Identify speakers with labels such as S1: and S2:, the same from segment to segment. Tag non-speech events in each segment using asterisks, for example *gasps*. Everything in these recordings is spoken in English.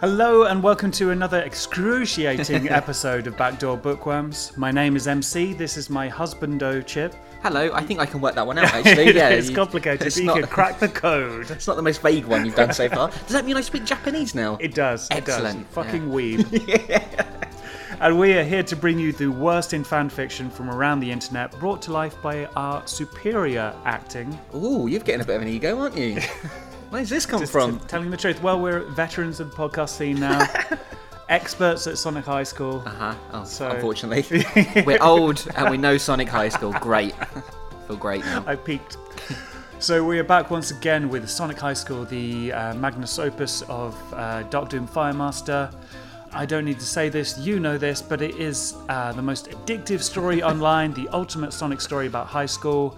S1: Hello and welcome to another
S2: *laughs*
S1: excruciating episode of Backdoor Bookworms. My name is MC. This is my husbando
S2: *laughs*
S1: chip.
S2: Hello, I think I can work
S1: *laughs*
S2: that one out actually. yeah,
S1: it's
S2: you-
S1: complicated.
S2: It's
S1: but you
S2: not, *laughs*
S1: can crack the code.
S2: it's not the most vague one you've done so far. Does that mean I speak Japanese now?
S1: It does. It does.
S2: Excellent,
S1: You fucking
S2: *laughs*
S1: weeb. And we are here to bring you the worst in fan fiction from around the internet, brought to life by our superior acting.
S2: Ooh, you're getting a bit of an ego,
S1: *laughs*
S2: aren't you? Where's this come from?
S1: T- telling the truth. Well, we're veterans of the podcast scene
S2: *laughs*
S1: now, experts at Sonic High School.
S2: Huh? Oh,
S1: So-
S2: unfortunately,
S1: *laughs*
S2: we're old and we know Sonic High School. Great, *laughs* feel great now.
S1: I peaked. So we are back once again with Sonic High School, the uh, magnus opus of uh, Dark Doom Firemaster. I don't need to say this, you know this, but it is uh, the most addictive story *laughs* online, the ultimate Sonic story about high school.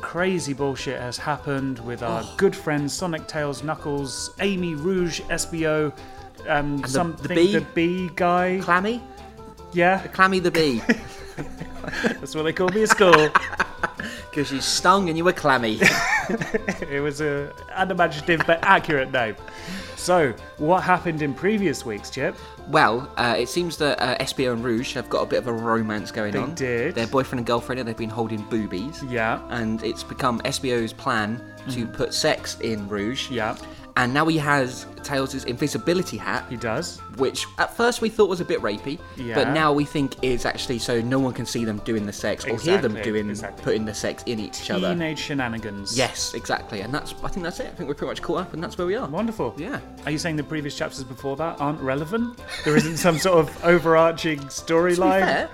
S1: Crazy bullshit has happened with
S2: Oh.
S1: our good friends Sonic Tails, Knuckles, Amy Rouge, SBO, um,
S2: the-
S1: something
S2: the bee?
S1: bee guy.
S2: Clammy, *laughs*
S1: yeah,
S2: Clammy the bee,
S1: *laughs* that's what they call me at school.
S2: because you stung and you were clammy.
S1: It was a unimaginative but accurate name. So, what happened in previous weeks, Chip?
S2: Well, uh, it seems that uh, SBO and Rouge have got a bit of a romance going on.
S1: did.
S2: Their boyfriend and girlfriend, and they've been holding boobies.
S1: Yeah,
S2: And it's become SBO's plan to put sex in Rouge.
S1: Mm-hmm. yeah,
S2: And now he has Tails' invisibility hat,
S1: he does.
S2: which at first we thought was a bit rapey, but
S1: Yeah.
S2: now we think is actually so no one can see them doing the sex or hear them
S1: Exactly,
S2: doing
S1: exactly.
S2: putting the sex in each other.
S1: Teenage shenanigans.
S2: Yes, exactly. And that's I think that's it. I think we're pretty much caught up, and that's where we are.
S1: Wonderful.
S2: Yeah.
S1: Are you saying the previous chapters before that aren't relevant? There isn't some sort of overarching storyline?
S2: fair,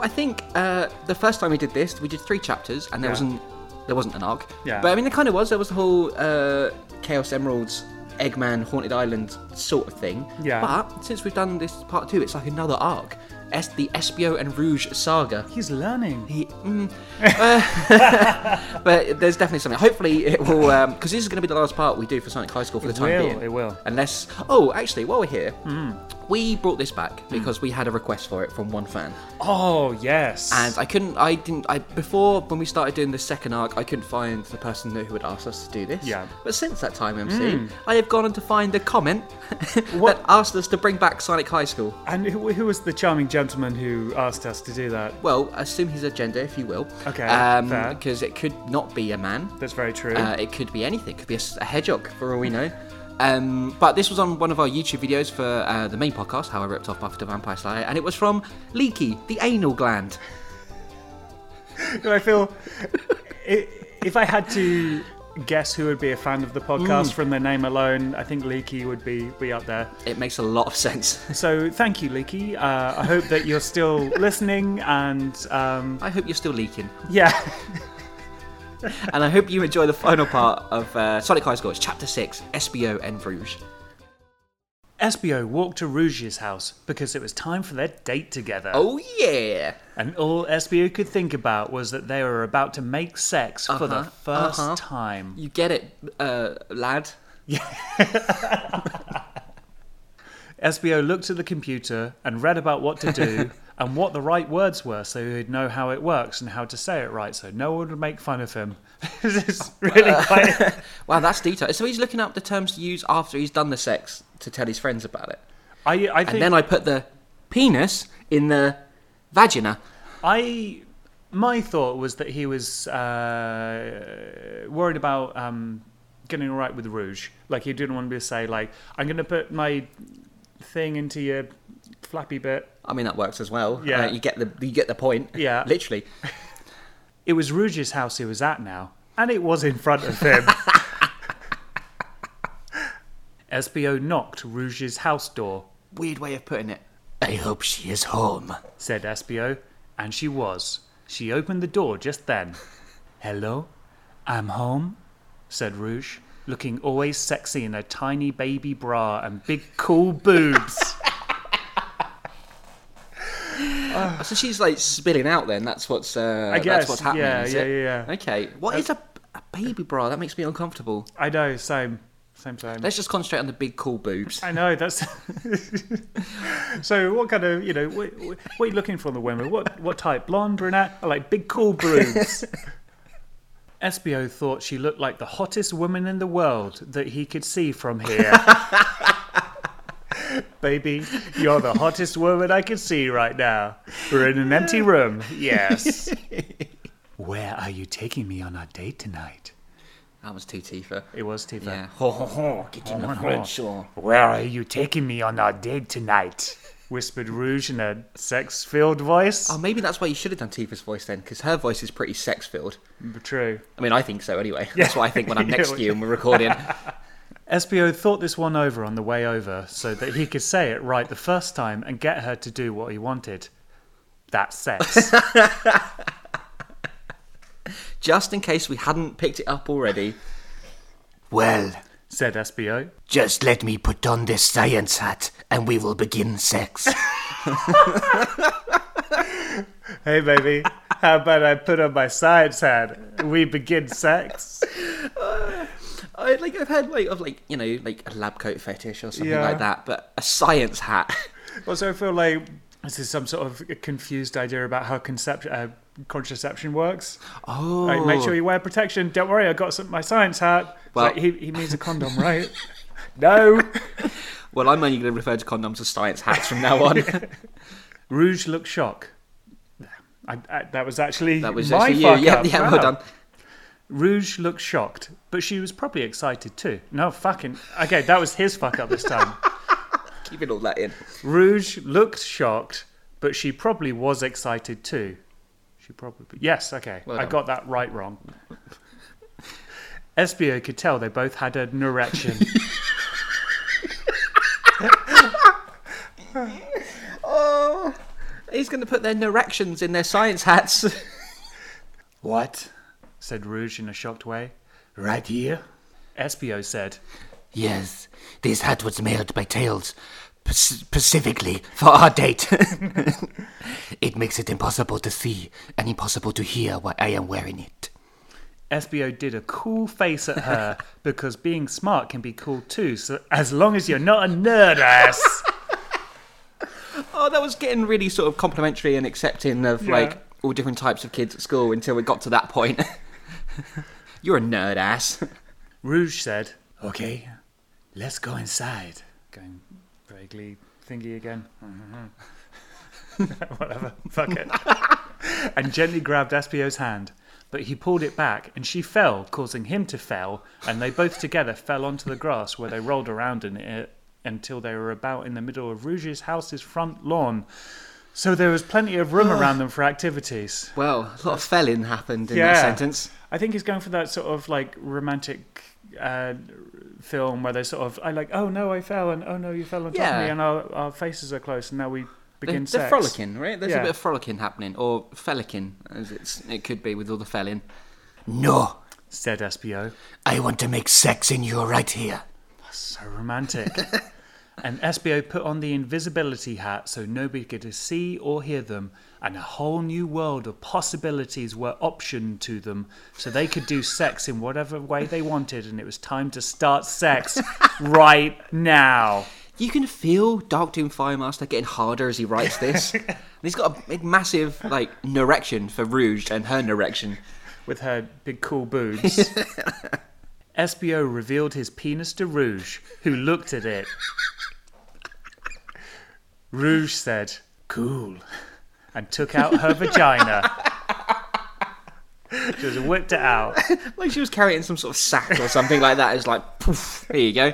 S2: I think uh, the first time we did this, we did three chapters, and there
S1: Yeah.
S2: wasn't there wasn't an arc.
S1: Yeah.
S2: But I mean, there kind of was. There was the whole uh, Chaos Emeralds, Eggman, Haunted Island sort of thing.
S1: Yeah.
S2: But since we've done this part two, it's like another arc. Es- the Espio and Rouge saga.
S1: He's learning.
S2: He- mm, uh, but there's definitely something. Hopefully, it
S1: *laughs*
S2: will because this is going to be the last part we do for Sonic High School for the time
S1: will,
S2: being.
S1: it will. Hmm.
S2: Unless, oh, actually, while we're here, we brought this back because we had a request for it from one fan,
S1: Oh yes.
S2: and I couldn't, I didn't, I before when we started doing the second arc, I couldn't find the person who had asked us to do this.
S1: Yeah. Hmm.
S2: But since that time, MC, I have gone on to find a comment *laughs*
S1: What-
S2: that asked us to bring back Sonic High School.
S1: and who, who was the charming gentleman who asked us to do that?
S2: Well, assume he's a gender, if you will.
S1: Okay, fair.
S2: Because it could not be a man.
S1: That's very true.
S2: Uh, it could be anything. It could be a, s- a hedgehog, for all we know. Um, but this was on one of our YouTube videos for uh, the main podcast, How I Ripped Off Buffy the Vampire Slayer, and it was from Leaky, the anal gland.
S1: I feel i if I had to guess who would be a fan of the podcast
S2: Mm.
S1: from the name alone, I think Leaky would be be up there.
S2: It makes a lot of sense. *laughs*
S1: So thank you, Leaky. Uh, I hope that you're still listening, and um,
S2: I hope you're still leaking.
S1: yeah,
S2: and I hope you enjoy the final part of uh, Sonic High School. It's Chapter 6, SBO and Rouge.
S1: Espio walked to Rouge's house because it was time for their date together,
S2: Oh, yeah!
S1: and all Espio could think about was that they were about to make sex for the
S2: Uh-huh,
S1: 1st
S2: uh-huh.
S1: time.
S2: You get it, uh, lad.
S1: Espio looked at the computer and read about what to
S2: *laughs*
S1: do and what the right words were so he'd know how it works and how to say it right so no one would make fun of him. *laughs* this is
S2: *laughs*
S1: really quite.
S2: Wow, that's detailed. So he's looking up the terms to use after he's done the sex to tell his friends about it.
S1: I, I think
S2: And then I put the penis in the vagina.
S1: I. My thought was that he was uh, worried about um, getting all right with Rouge. Like, he didn't want to say, like, I'm going to put my thing into your flappy bit.
S2: I mean that works as well.
S1: Yeah.
S2: Uh, you get the you get the point.
S1: Yeah.
S2: literally.
S1: It was Rouge's house he was at now, and it was in front of him. *laughs* SBO knocked Rouge's house door,
S2: Weird way of putting it. I hope she is home.
S1: said SBO, and she was. She opened the door just then. Hello, I'm home, said Rouge, looking always sexy in her tiny baby bra and big cool boobs.
S2: So she's like spilling out. Then that's what's uh,
S1: guess,
S2: that's what's happening.
S1: yeah,
S2: is
S1: yeah,
S2: it?
S1: yeah, Uh, yeah.
S2: Okay, What is a, a baby bra? That makes me uncomfortable.
S1: *laughs* I know, same, same, same.
S2: Let's just concentrate on the big cool boobs.
S1: I know that's. *laughs* so, what kind of you know what, what are you looking for in the women? What what type? Blonde, brunette, I like big cool *laughs* boobs? Espio thought she looked like the hottest woman in the world that he could see from here. *laughs* baby. You're the hottest woman I can see right now. We're in an empty room. Yes. *laughs* Where are you taking me on our date tonight?
S2: That was too Tifa.
S1: It was Tifa. *laughs*
S2: Yeah. Oh, Ho ho ho! Get in the fridge. or-
S1: Where are you taking me on our date tonight? Whispered Rouge in a sex filled voice.
S2: Oh, maybe that's why you should have done Tifa's voice then, because her voice is pretty sex filled.
S1: True.
S2: I mean, I think so anyway. *laughs* That's what I think when I'm
S1: Yeah,
S2: next to you and we're
S1: *laughs*
S2: recording.
S1: SBO thought this one over on the way over so that he could say it right the first time and get her to do what he wanted. That's *laughs* sex.
S2: Just in case we hadn't picked it up already. Well,
S1: said SBO.
S2: just let me put on this science hat and we will begin sex.
S1: Hey, baby, how about I put on my science hat? and We begin sex.
S2: I like I've heard like of like, you know, like a lab coat fetish or something
S1: Yeah.
S2: like that, but a science hat. *laughs*
S1: Also, I feel like this is some sort of confused idea about how concept- uh, contraception works.
S2: Oh.
S1: Like, make sure you wear protection. Don't worry, I got some, my science hat. It's
S2: Well-
S1: like, he, he means a condom, right? *laughs* no.
S2: Well, I'm only going to refer to condoms as science hats from now *laughs* on.
S1: Rouge looked shocked. I, I, that was actually
S2: that was
S1: my
S2: actually you.
S1: fuck
S2: Yeah,
S1: up.
S2: yeah,
S1: Wow.
S2: well done.
S1: Rouge looked shocked, but she was probably excited too. No fucking. Okay, that was his fuck up this
S2: *laughs*
S1: time.
S2: Keeping all that in.
S1: Rouge looked shocked, but she probably was excited too. She probably. Yes, okay.
S2: Well
S1: I
S2: done.
S1: got that right wrong. SBO could tell they both had
S2: *laughs*
S1: an erection.
S2: Oh, he's going to put their erections in their science hats.
S3: *laughs*
S2: *laughs*
S3: What?
S1: said Rouge in a shocked way.
S3: Right here?
S1: SBO said,
S3: Yes. This hat was made by Tails specifically for our date. *laughs* it makes it impossible to see and impossible to hear why I am wearing it.
S1: SBO did a cool face at her because being smart can be cool too, so as long as you're not a nerd ass.
S2: Oh, that was getting really sort of complimentary and accepting of
S1: Yeah.
S2: like all different types of kids at school until we got to that point. *laughs* You're a nerd ass.
S1: Rouge said,
S3: Okay, let's go inside.
S1: going vaguely thingy again. Mm-hmm. *laughs* Whatever, fuck it. and gently grabbed SBO's hand, but he pulled it back and she fell, causing him to fall, and they both together fell onto the grass where they rolled around in it until they were about in the middle of Rouge's house's front lawn. So there was plenty of room around them for activities.
S2: Well, a lot of felling happened in
S1: Yeah.
S2: that sentence.
S1: I think he's going for that sort of like romantic uh, film where they sort of I like oh no I fell and oh no you fell on top
S2: Yeah.
S1: of me and our, our faces are close and now we
S2: They're,
S1: begin sex.
S2: they're frolicking, right? There's
S1: Yeah.
S2: a bit of frolicking happening, or fellicking, as it's, it could be with all the felling.
S3: No,
S1: Said SPO.
S3: I want to make sex in you right here.
S1: So
S2: *laughs*
S1: romantic. and SBO put on the invisibility hat so nobody could see or hear them, and a whole new world of possibilities were optioned to them, so they could do sex in whatever way they wanted, and it was time to start
S2: *laughs*
S1: sex right now.
S2: You can feel Dark Doom Firemaster getting harder as he writes this. and he's got a big, massive like erection for Rouge and her erection.
S1: with her big cool boobs. SBO revealed his penis to Rouge, who looked at it. Rouge said, cool, and took out her vagina. Just whipped it out.
S2: Like she was carrying some sort of sack or something like that. It's like, poof, here you go.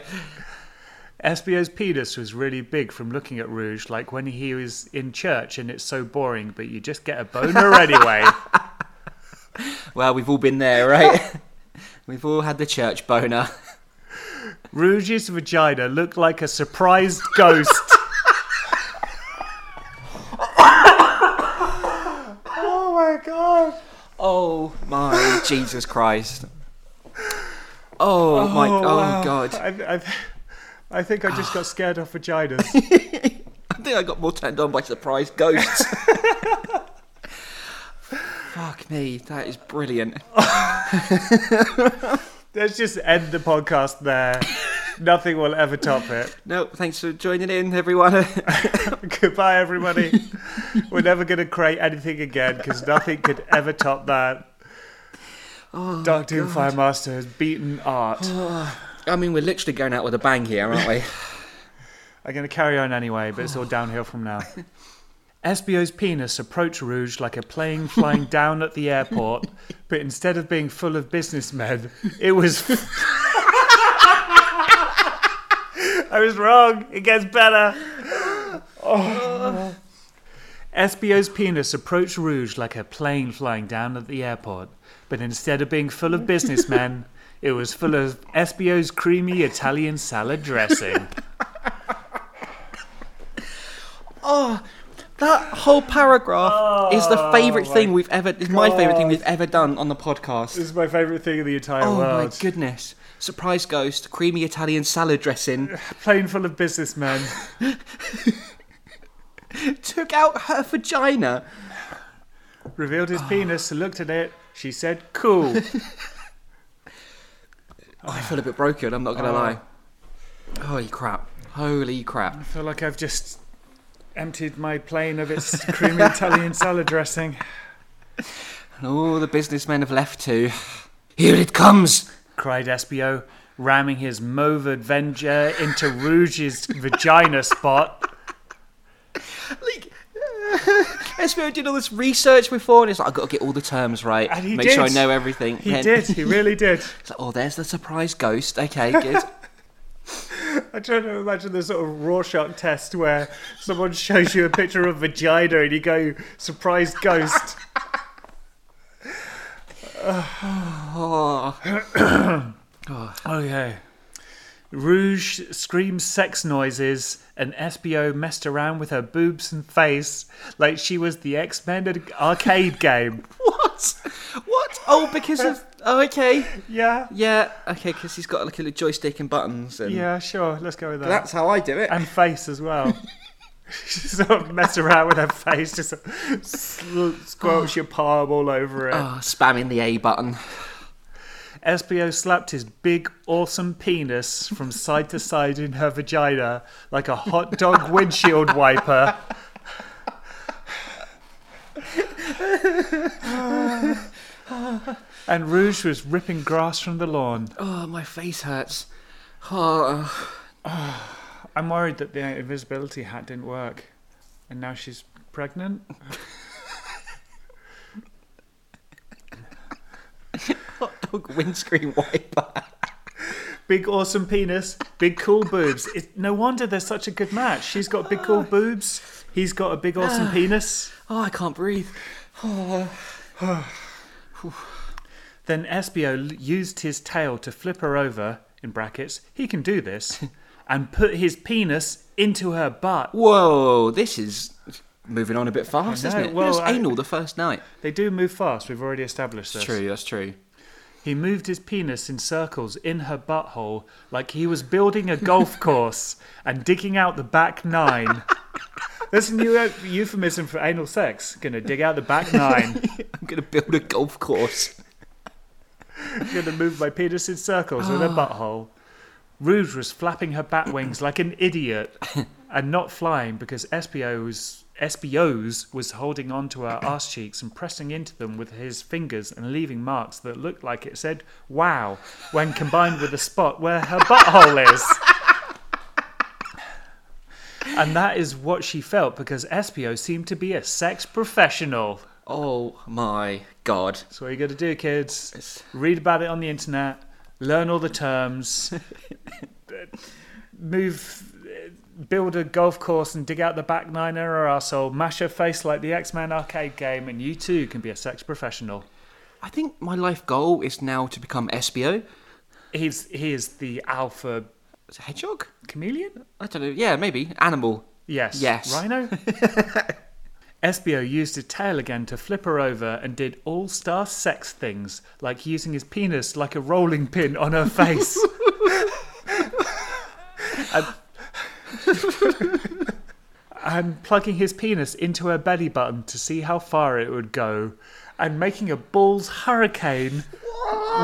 S1: SBO's penis was really big from looking at Rouge, like when he was in church and it's so boring, but you just get a boner anyway.
S2: Well, we've all been there, right? *laughs* we've all had the church boner. *laughs*
S1: Rouge's vagina looked like a surprised ghost. oh my god.
S2: Oh my Jesus Christ. Oh, my oh
S1: wow.
S2: god.
S1: I, I, I think I just got scared off vaginas.
S2: I think I got more turned on by surprise ghosts. Fuck me, that is brilliant.
S1: Let's just end the podcast there. Nothing will ever top it. *laughs*
S2: No, thanks for joining in, everyone. *laughs*
S1: Goodbye, everybody. We're never going to create anything again because nothing could ever top that. Oh, Doctor Who Firemaster has beaten art.
S2: *laughs* I mean, we're literally going out with a bang here, aren't we?
S1: I'm going to carry on anyway, but it's all downhill from now. SBO's penis approached Rouge like a plane flying down at the airport, but instead of being full of businessmen, it was. I was wrong. It gets better. SBO's penis approached Rouge like a plane flying down at the airport, but instead of being full of businessmen, it was full of SBO's creamy Italian salad dressing.
S2: Oh, That whole paragraph is
S1: Oh,
S2: the favourite thing we've ever. Is my favourite thing we've ever done on the podcast.
S1: This is my favourite thing in the entire
S2: Oh
S1: world.
S2: my goodness! Surprise ghost, creamy Italian salad dressing.
S1: Plane full of businessmen.
S2: took out her vagina.
S1: Revealed
S2: *sighs*
S1: his penis, looked at it. She said,
S2: *laughs*
S1: cool.
S2: Oh, I feel a bit broken. I'm not gonna
S1: Oh.
S2: lie. Holy crap! Holy crap!
S1: I feel like I've just emptied my plane of its creamy
S2: *laughs*
S1: Italian salad dressing.
S2: And all the businessmen have left too.
S3: Here it comes.
S1: cried Espio, ramming his mauve Avenger into Rouge's vagina spot.
S2: Like, Espio did all this research before, and it's like I've got to get all the terms right.
S1: And he
S2: make sure I
S1: did.
S2: know everything.
S1: He
S2: Then-
S1: did, he
S2: *laughs*
S1: really did.
S2: It's like, oh, there's the surprise ghost. Okay, *laughs* good.
S1: I'm trying to imagine the sort of Rorschach test where someone shows you a picture of vagina and you go, surprise ghost.
S2: oh,
S1: Okay. Rouge screams sex noises, and SBO messed around with her boobs and face like she was the X Men arcade *laughs* game.
S2: what? What? Oh, because of. Oh, okay.
S1: Yeah,
S2: Yeah. Okay, because he's got like a little joystick and buttons, and
S1: yeah, sure. Let's go with that.
S2: that's how I do it.
S1: and face as well. *laughs* she sort of mess around with her face, just sl- squelch your palm all over it.
S2: Oh, spamming the A button.
S1: SBO slapped his big, awesome penis from side to side in her vagina like a hot dog windshield wiper. and Rouge was ripping grass from the lawn.
S2: Oh, my face hurts. Oh,
S1: I'm worried that the invisibility hat didn't work, and now she's pregnant.
S2: dog *laughs* windscreen wiper.
S1: Big awesome penis, big cool boobs. It, no wonder they're such a good match. She's got big cool boobs. He's got a big awesome penis.
S2: Oh, I can't breathe.
S1: Then Espio l- used his tail to flip her over. In brackets, he can do this, and put his penis into her butt.
S2: Whoa, this is moving on a bit fast,
S1: I
S2: isn't
S1: know,
S2: it?
S1: well,
S2: it was
S1: I-
S2: anal the first night.
S1: They do move fast. We've already established this.
S2: That's true, that's true.
S1: He moved his penis in circles in her butthole like he was building a golf course and digging out the back nine. That's a new eu- euphemism for anal sex. Gonna dig out the back nine.
S2: I'm going to build a golf course.
S1: gonna move my penis in circles with a butthole. Rouge was flapping her bat wings like an idiot and not flying because SBO's SBO's was holding on to her arse cheeks and pressing into them with his fingers and leaving marks that looked like it said wow when combined with the spot where her butthole is. And that is what she felt because SBO seemed to be a sex professional.
S2: Oh my god.
S1: So what you got to do, kids? Read about it on the internet, learn all the terms, move, build a golf course and dig out the back nine in her arsehole, mash her face like the X-Men arcade game, and you too can be a sex professional.
S2: I think my life goal is now to become SBO.
S1: He's he is the alpha
S2: It's a hedgehog?
S1: chameleon.
S2: I don't know. Yeah, maybe. Animal.
S1: Yes.
S2: Yes.
S1: Rhino. Espio used his tail again to flip her over and did all star sex things, like using his penis like a rolling pin on her face. and, and plugging his penis into her belly button to see how far it would go, and making a balls hurricane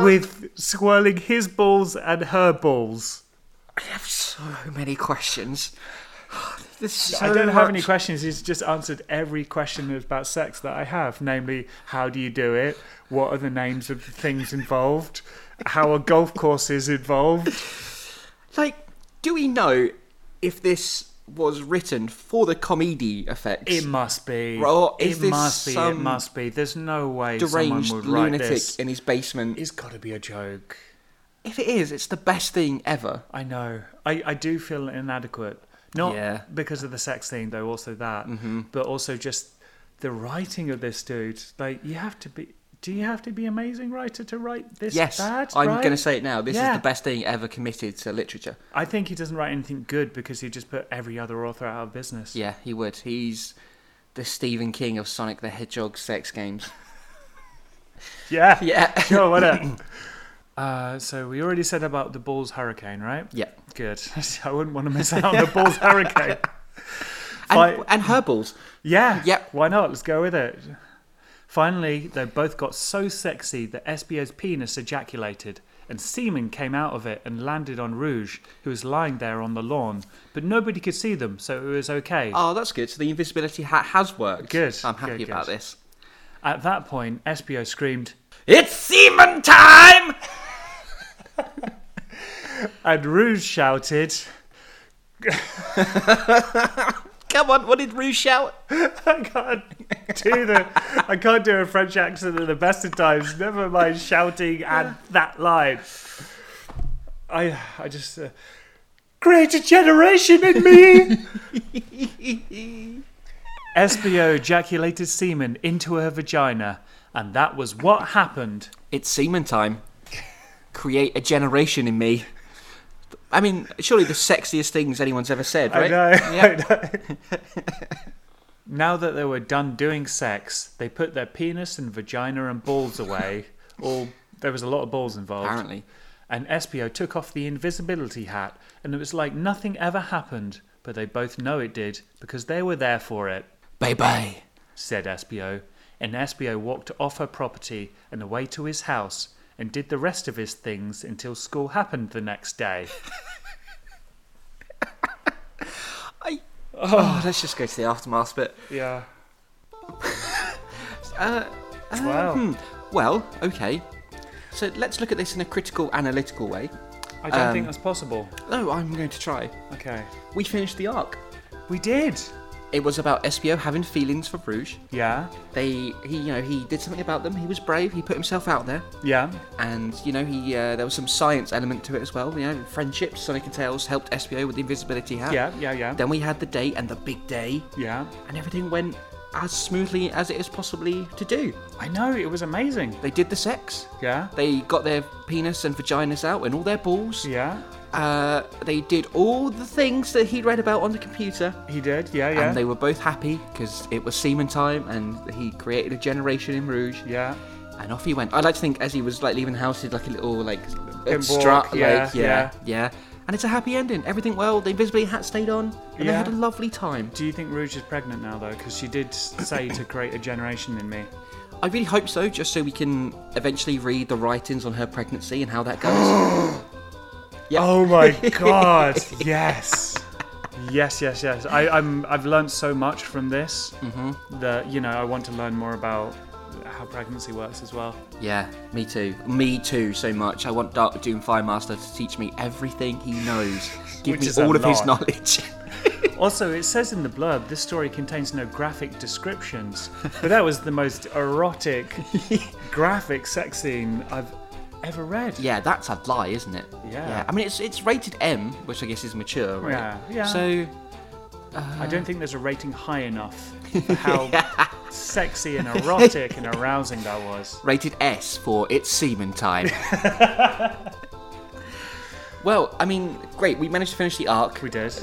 S1: with swirling his balls and her balls.
S2: I have so many questions. *sighs* This is
S1: I don't
S2: so
S1: have any
S2: much-
S1: questions. He's just answered every question about sex that I have, namely, how do you do it? What are the names of the things involved? How are golf courses involved?
S2: Like, do we know if this was written for the comedy effects.
S1: It must be.
S2: Bro, is
S1: it
S2: this
S1: must be. It
S2: some
S1: must be. There's no way
S2: deranged
S1: someone would write
S2: lunatic
S1: this.
S2: in his basement.
S1: It's got to be a joke.
S2: If it is, it's the best thing ever.
S1: I know. I, I do feel inadequate. Not
S2: Yeah. Mm-hmm.
S1: because of the sex thing, though, also that, but also just the writing of this dude. Like, you have to be. Do you have to be amazing writer to write this
S2: yes,
S1: bad?
S2: I'm
S1: right?
S2: going to say it now. This
S1: Yeah.
S2: is the best thing ever committed to literature.
S1: I think he doesn't write anything good because he just put every other author out of business.
S2: Yeah, he would. He's the Stephen King of Sonic the Hedgehog sex games. *laughs*
S1: Yeah. *laughs*
S2: Yeah. *laughs*
S1: Sure, what
S2: *coughs*
S1: up? Uh, so we already said about the Bulls hurricane, right?
S2: yeah.
S1: Good. *laughs* I wouldn't want to miss out on the Bulls hurricane.
S2: And,
S1: Fight-
S2: *laughs* and her balls.
S1: Yeah.
S2: Yep.
S1: Why not? Let's go with it. Finally, they both got so sexy that SBO's penis ejaculated, and semen came out of it and landed on Rouge, who was lying there on the lawn. But nobody could see them, so it was okay.
S2: Oh, that's good. So the invisibility hat has worked.
S1: Good,
S2: I'm happy
S1: good,
S2: about
S1: good.
S2: this.
S1: At that point, SBO screamed,
S2: It's semen time!
S1: and Rouge shouted,
S2: Come on, what did Rue shout?
S1: *laughs* "I can't do the, I can't do a French accent at the best of times. Never mind shouting and that line." I, I just uh, create a generation in me. *laughs* SBO ejaculated semen into her vagina, and that was what happened.
S2: It's semen time. Create a generation in me. I mean, surely the sexiest things anyone's ever said, right?
S1: I know.
S2: Yeah.
S1: I know. *laughs* now that they were done doing sex, they put their penis and vagina and balls away. or there was a lot of balls involved.
S2: Apparently.
S1: And SPO took off the invisibility hat, and it was like nothing ever happened. But they both know it did because they were there for it,
S3: Bye bye.
S1: said SPO. And SPO walked off her property and away to his house and did the rest of his things until school happened the next day.
S2: Oh, let's just go to the aftermath bit.
S1: *laughs* Yeah.
S2: *laughs* Uh,
S1: Wow.
S2: hmm. Well, okay. So let's look at this in a critical, analytical way.
S1: I don't
S2: Um,
S1: think that's possible.
S2: No, I'm going to try.
S1: Okay.
S2: We finished the arc.
S1: We did.
S2: It was about SBO having feelings for Rouge.
S1: Yeah.
S2: They, he, you know, he did something about them. He was brave. He put himself out there,
S1: Yeah.
S2: and you know, he uh, there was some science element to it as well. You know, friendships. Sonic and Tails helped SBO with the invisibility hat.
S1: Yeah. Yeah. Yeah.
S2: Then we had the date and the big day,
S1: yeah.
S2: and everything went as smoothly as it is possibly to do.
S1: I know. It was amazing.
S2: They did the sex.
S1: Yeah.
S2: They got their penis and vaginas out and all their balls.
S1: Yeah.
S2: Uh, they did all the things that he'd read about on the computer.
S1: He did. Yeah. Yeah.
S2: And they were both happy because it was semen time and he created a generation in Rouge.
S1: yeah.
S2: And off he went. I like to think as he was like leaving the house, he did like a little like
S1: Him
S2: strut.
S1: walk, yeah,
S2: like, yeah, yeah, And it's a happy ending. Everything well. The invisibility hat stayed on and they
S1: Yeah.
S2: had a lovely time.
S1: Do you think Rouge is pregnant now though? Because she did say to create a generation in me.
S2: I really hope so, just so we can eventually read the writings on her pregnancy and how that
S1: *gasps*
S2: goes. yeah.
S1: Oh *laughs* my god. yes. Yes, yes, yes. I, I'm. I've learned so much from this that you know I want to learn more about how pregnancy works as well.
S2: Yeah, me too. Me too, so much. I want Dark Doom Firemaster to teach me everything he knows. Give
S1: Which
S2: me
S1: is a
S2: all of his
S1: lot.
S2: knowledge. *laughs*
S1: Also, it says in the blurb this story contains no graphic descriptions, but that was the most *laughs* erotic, graphic sex scene I've ever read.
S2: yeah, that's a lie, isn't it?
S1: Yeah.
S2: I mean, it's it's rated M, which I guess is mature, right?
S1: Yeah, yeah.
S2: So,
S1: I don't think there's a rating high enough for how sexy and erotic and arousing that was.
S2: rated S for it's semen time. well, I mean, great. We managed to finish the arc.
S1: We did.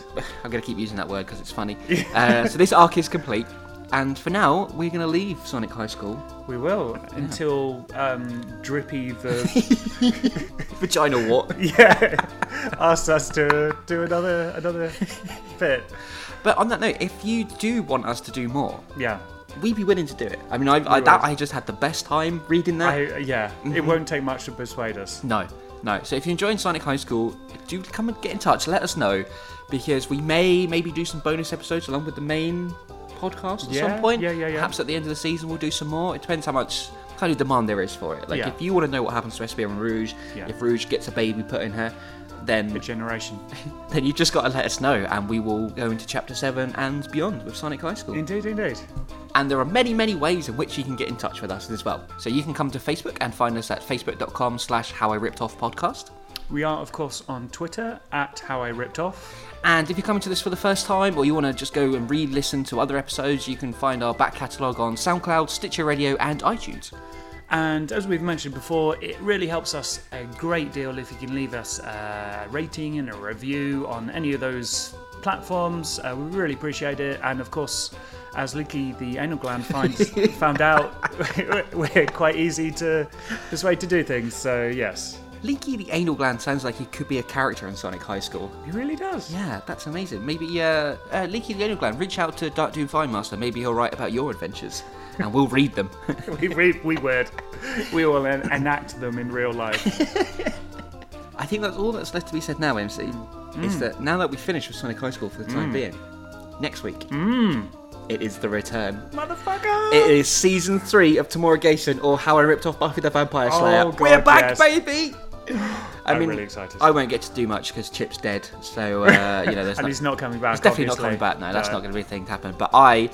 S2: I'm going to keep using that word because it's funny. uh, so, this arc is complete. And for now, we're going to leave Sonic High School.
S1: We will until um, Drippy the
S2: Vagina what?
S1: yeah *laughs* asks us to do another another bit.
S2: *laughs* But on that note, if you do want us to do more,
S1: Yeah,
S2: we'd be willing to do it. I mean, I, I, that,
S1: would.
S2: I just had the best time reading that.
S1: I, yeah. It won't take much to persuade us.
S2: No, no. So if you're enjoying Sonic High School, do come and get in touch. Let us know because we may maybe do some bonus episodes along with the main podcast at
S1: Yeah,
S2: some point.
S1: yeah, yeah, yeah.
S2: Perhaps at the end of the season we'll do some more. It depends how much kind of demand there is for it. Like
S1: Yeah.
S2: if you want to know what happens to Espeon Rouge,
S1: Yeah.
S2: if Rouge gets a baby put in her,
S1: The
S2: then
S1: generation.
S2: then you just got to let us know, and we will go into chapter seven and beyond with Sonic High School.
S1: Indeed, indeed.
S2: And there are many, many ways in which you can get in touch with us as well. So you can come to Facebook and find us at facebook.com slash how I ripped off podcast.
S1: We are, of course, on Twitter at How I Ripped Off.
S2: And if you're coming to this for the first time or you want to just go and re listen to other episodes, you can find our back catalogue on SoundCloud, Stitcher Radio, and iTunes.
S1: And as we've mentioned before, it really helps us a great deal if you can leave us a rating and a review on any of those platforms. Uh, we really appreciate it. And of course, as Leaky the anal gland
S2: *laughs*
S1: finds, found out, *laughs* we're quite easy to persuade to do things. So, yes,
S2: Leaky the anal gland sounds like he could be a character in Sonic High School.
S1: he really does.
S2: Yeah, that's amazing. Maybe uh, uh, Leaky the anal gland, reach out to Dark Doom Fine Master. Maybe he'll write about your adventures, and we'll read them.
S1: *laughs*
S2: *laughs*
S1: we, we, we would. We will en- enact them in real life.
S2: *laughs* I think that's all that's left to be said now, MC. Is that now that we finished with Sonic High School for the time being, next week it is the return.
S1: Motherfucker!
S2: It is season three of Tomorrowgation or How I Ripped Off Buffy the Vampire
S1: Oh,
S2: Slayer.
S1: God,
S2: We're back,
S1: yes. *sighs*
S2: baby! I
S1: I'm
S2: mean,
S1: really excited.
S2: I won't get to do much because Chip's dead,
S1: *laughs*
S2: so uh, you know there's
S1: and
S2: not,
S1: he's not coming back.
S2: it's definitely
S1: obviously.
S2: not coming back. No, that's not going to be a thing to happen. But I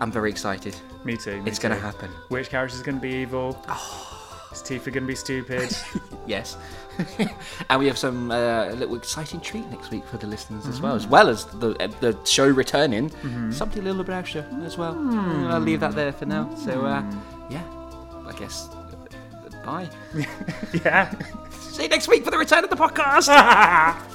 S2: am very excited.
S1: Me too. me
S2: It's going to
S1: too.
S2: happen.
S1: Which character's going to be evil? Is Tifa going to be stupid?
S2: Yes, *laughs* and we have some uh, little exciting treat next week for the listeners as
S1: Mm.
S2: well, as well as the uh, the show returning.
S1: Mm-hmm.
S2: Something a little bit extra as well.
S1: Mm.
S2: I'll leave that there for now. So uh, yeah, I guess uh, bye.
S1: yeah.
S2: See you next week for the return of the podcast.